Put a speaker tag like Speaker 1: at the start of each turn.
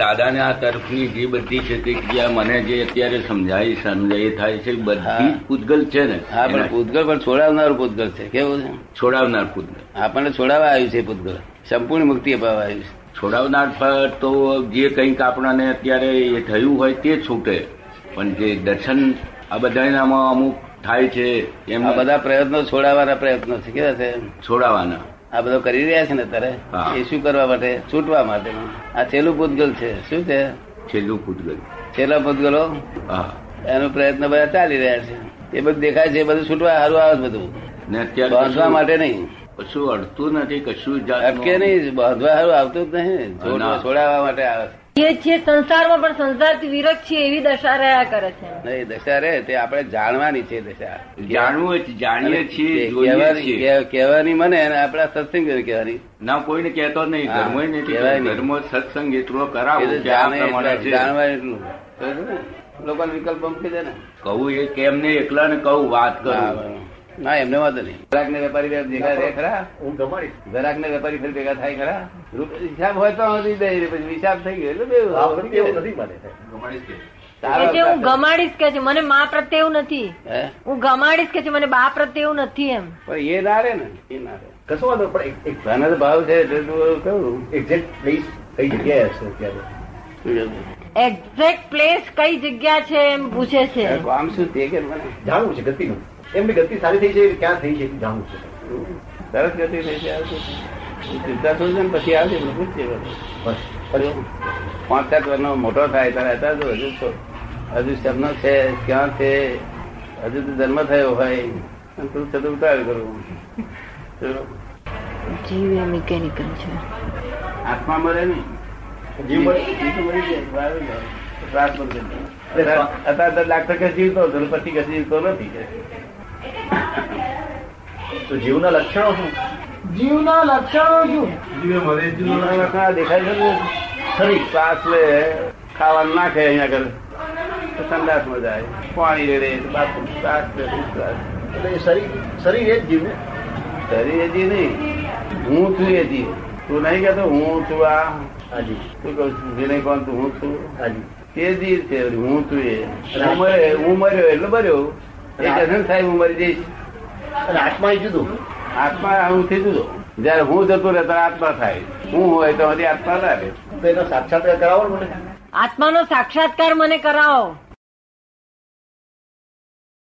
Speaker 1: દાદાને આ તરફની જે બધી છે તે ક્રિયા મને જે અત્યારે સમજાય સમજાય થાય છે બધી જ પૂતગલ છે ને
Speaker 2: હા પણ
Speaker 1: એના-
Speaker 2: પૂતગલ પણ છોડાવનાર પૂતગલ છે કેવું છે
Speaker 1: છોડાવનાર પૂતગલ
Speaker 2: આપણને છોડાવવા આવ્યું છે પૂતગલ સંપૂર્ણ મુક્તિ અપાવવા આવ્યું છે
Speaker 1: છોડાવનાર પર તો જે કંઈક આપણને અત્યારે એ થયું હોય તે છૂટે પણ જે દર્શન આ બધાનામાં અમુક થાય છે
Speaker 2: આ
Speaker 1: એમાં બધા
Speaker 2: બધા પ્રયત્નો છોડાવવાના પ્રયત્નો છે કેવા છે
Speaker 1: છોડાવાના
Speaker 2: આ બધો કરી રહ્યા છે ને
Speaker 1: હા.
Speaker 2: અત્યારે એ શું કરવા માટે છૂટવા માટે આ છેલ્લું પૂતગલ છે શું છે
Speaker 1: છેલ્લું પૂતગલ
Speaker 2: છેલ્લા પૂતગલો
Speaker 1: હા
Speaker 2: એનો પ્રયત્ન બધા ચાલી રહ્યા છે એ બધું દેખાય છે એ બધું છૂટવા હારું આવે છે બધું
Speaker 1: ને અત્યારે
Speaker 2: બાંધવા
Speaker 1: કશું-
Speaker 2: માટે નહીં
Speaker 1: કશું અડતું નથી કશું જાતનું-
Speaker 2: અટકે નહીં બાંધવા હારું આવતું જ નહીં છોડવા-
Speaker 1: ના.
Speaker 2: છોડાવવા માટે આવે છે.
Speaker 3: જે છીએ સંસારમાં પણ સંસારથી વિરક્ત છીએ એવી દશા રહ્યા કરે છે
Speaker 2: નહીં દશા રે તે આપણે જાણવાની છે દશા
Speaker 1: જાણવું જ- જાણીએ છીએ જોઈએ
Speaker 2: કહેવાની-
Speaker 1: છીએ
Speaker 2: કહેવા- કહેવાની મને અને આપણા સત્સંગ કહેવાની
Speaker 1: ના કોઈને કહેતો જ નહીં
Speaker 2: હા,
Speaker 1: ધર્મ
Speaker 2: કહેવાય
Speaker 1: નથી
Speaker 2: નહીં.
Speaker 1: ધર્મ સત્સંગ એટલો કરાવો
Speaker 2: એટલે
Speaker 1: કે આ
Speaker 2: જાણે
Speaker 1: પ્રમાણે
Speaker 2: એટલું,
Speaker 1: છે.
Speaker 2: જાણવા એટલું ખબર છે ને? લોકોને વિકલ્પ મૂકી દે ને
Speaker 1: કહું એ કેમ ને એકલાને કહું વાત
Speaker 2: હા,
Speaker 1: કરું
Speaker 2: બરાબર. ના એમને વાંધો નહીં ઘરાક ને વેપારી બે ભેગા થાય ખરા ઘરાક ને વેપારી ફરી ભેગા થાય ખરા રૂપ- હિસાબ હોય તો હજી દઈ દે, પછી હિસાબ થઈ ગયો એટલે બે
Speaker 3: કે જે હું ગમાડીશ કે છે મને મા પ્રત્યે એવું નથી
Speaker 2: હે?
Speaker 3: હું ગમાડીશ કે છે મને બા પ્રત્યે એવું નથી એમ
Speaker 2: પણ એ ના રે ને એ ના રે
Speaker 4: કશો વાંધો નહીં, પણ એક
Speaker 2: ભાના તો ભાવ છે એટલે તું કહું
Speaker 4: એક્ઝેક્ટ પ્લેસ કઈ જગ્યાએ હશે અત્યારે
Speaker 2: શું કહું?
Speaker 3: એક્ઝેક્ટ પ્લેસ કઈ જગ્યા છે એમ પૂછે છે
Speaker 2: કામ શું તે કે મને
Speaker 4: જાણવું છે ગતિનું એમની ગતિ સારી થઈ છે કે ક્યાં થઈ છે એ જાણવું છે
Speaker 2: સરસ ગતિ થઈ છે આવશે. ચિંતા શું છે ને પછી આવશે એટલે પૂછજે બધું.
Speaker 4: બસ પછી
Speaker 2: પાંચ સાત વર્ષનો મોટો થાય ત્યારે અત્યારે તો હજુ તો હજુ શબ્દો છે ક્યાં છે હજુ તો જન્મ થયો હોય અને તું છતાં ઉતાવળ કરું
Speaker 3: જીવ એ મિકેનિકલ છે
Speaker 2: આત્મા મરે નહીં
Speaker 4: જીવ મરે.
Speaker 2: જીવ તો મરી જાય, બહાર જ આવે. ત્રાસ પણ થઈ જાય. અત્યારે તો લાગતો કે જીવતો હતો, પછી કે જીવતો નથી
Speaker 4: તો જીવના લક્ષણો શું
Speaker 2: જીવના લક્ષણ દેખાય છે ને?
Speaker 4: ખરી
Speaker 2: શ્વાસ લે ખાવાનું નાખે અહીંયા આગળ તો સંડાસમાં જાય પાણી રેડે બાથરૂમ શ્વાસ લે શ્વાસ.
Speaker 4: એટલે એ શરીર શરીર એ જ જીવ ને
Speaker 2: શરીર એ જીવ નહીં હું છું એ જીવ તું નહીં કહેતો હું છું આ
Speaker 4: હાજી
Speaker 2: તું કહું છું વિનય કોણ તું હું છું
Speaker 4: હાજી
Speaker 2: તે જીવ છે હું છું એ હું મર્યો હું મર્યો એટલે મર્યો એ કહે છે ને સાહેબ હું મરી જઈશ
Speaker 4: અને આત્મા એ જુદું
Speaker 2: આત્મા હું થઈ જુદો જયારે હું જતો રહે ત્યારે આત્મા થાય હું હોય તો હજી આત્મા લાગે
Speaker 4: તો એનો સાક્ષાત્કાર કરાવો ને મને
Speaker 3: આત્માનો સાક્ષાત્કાર મને કરાવો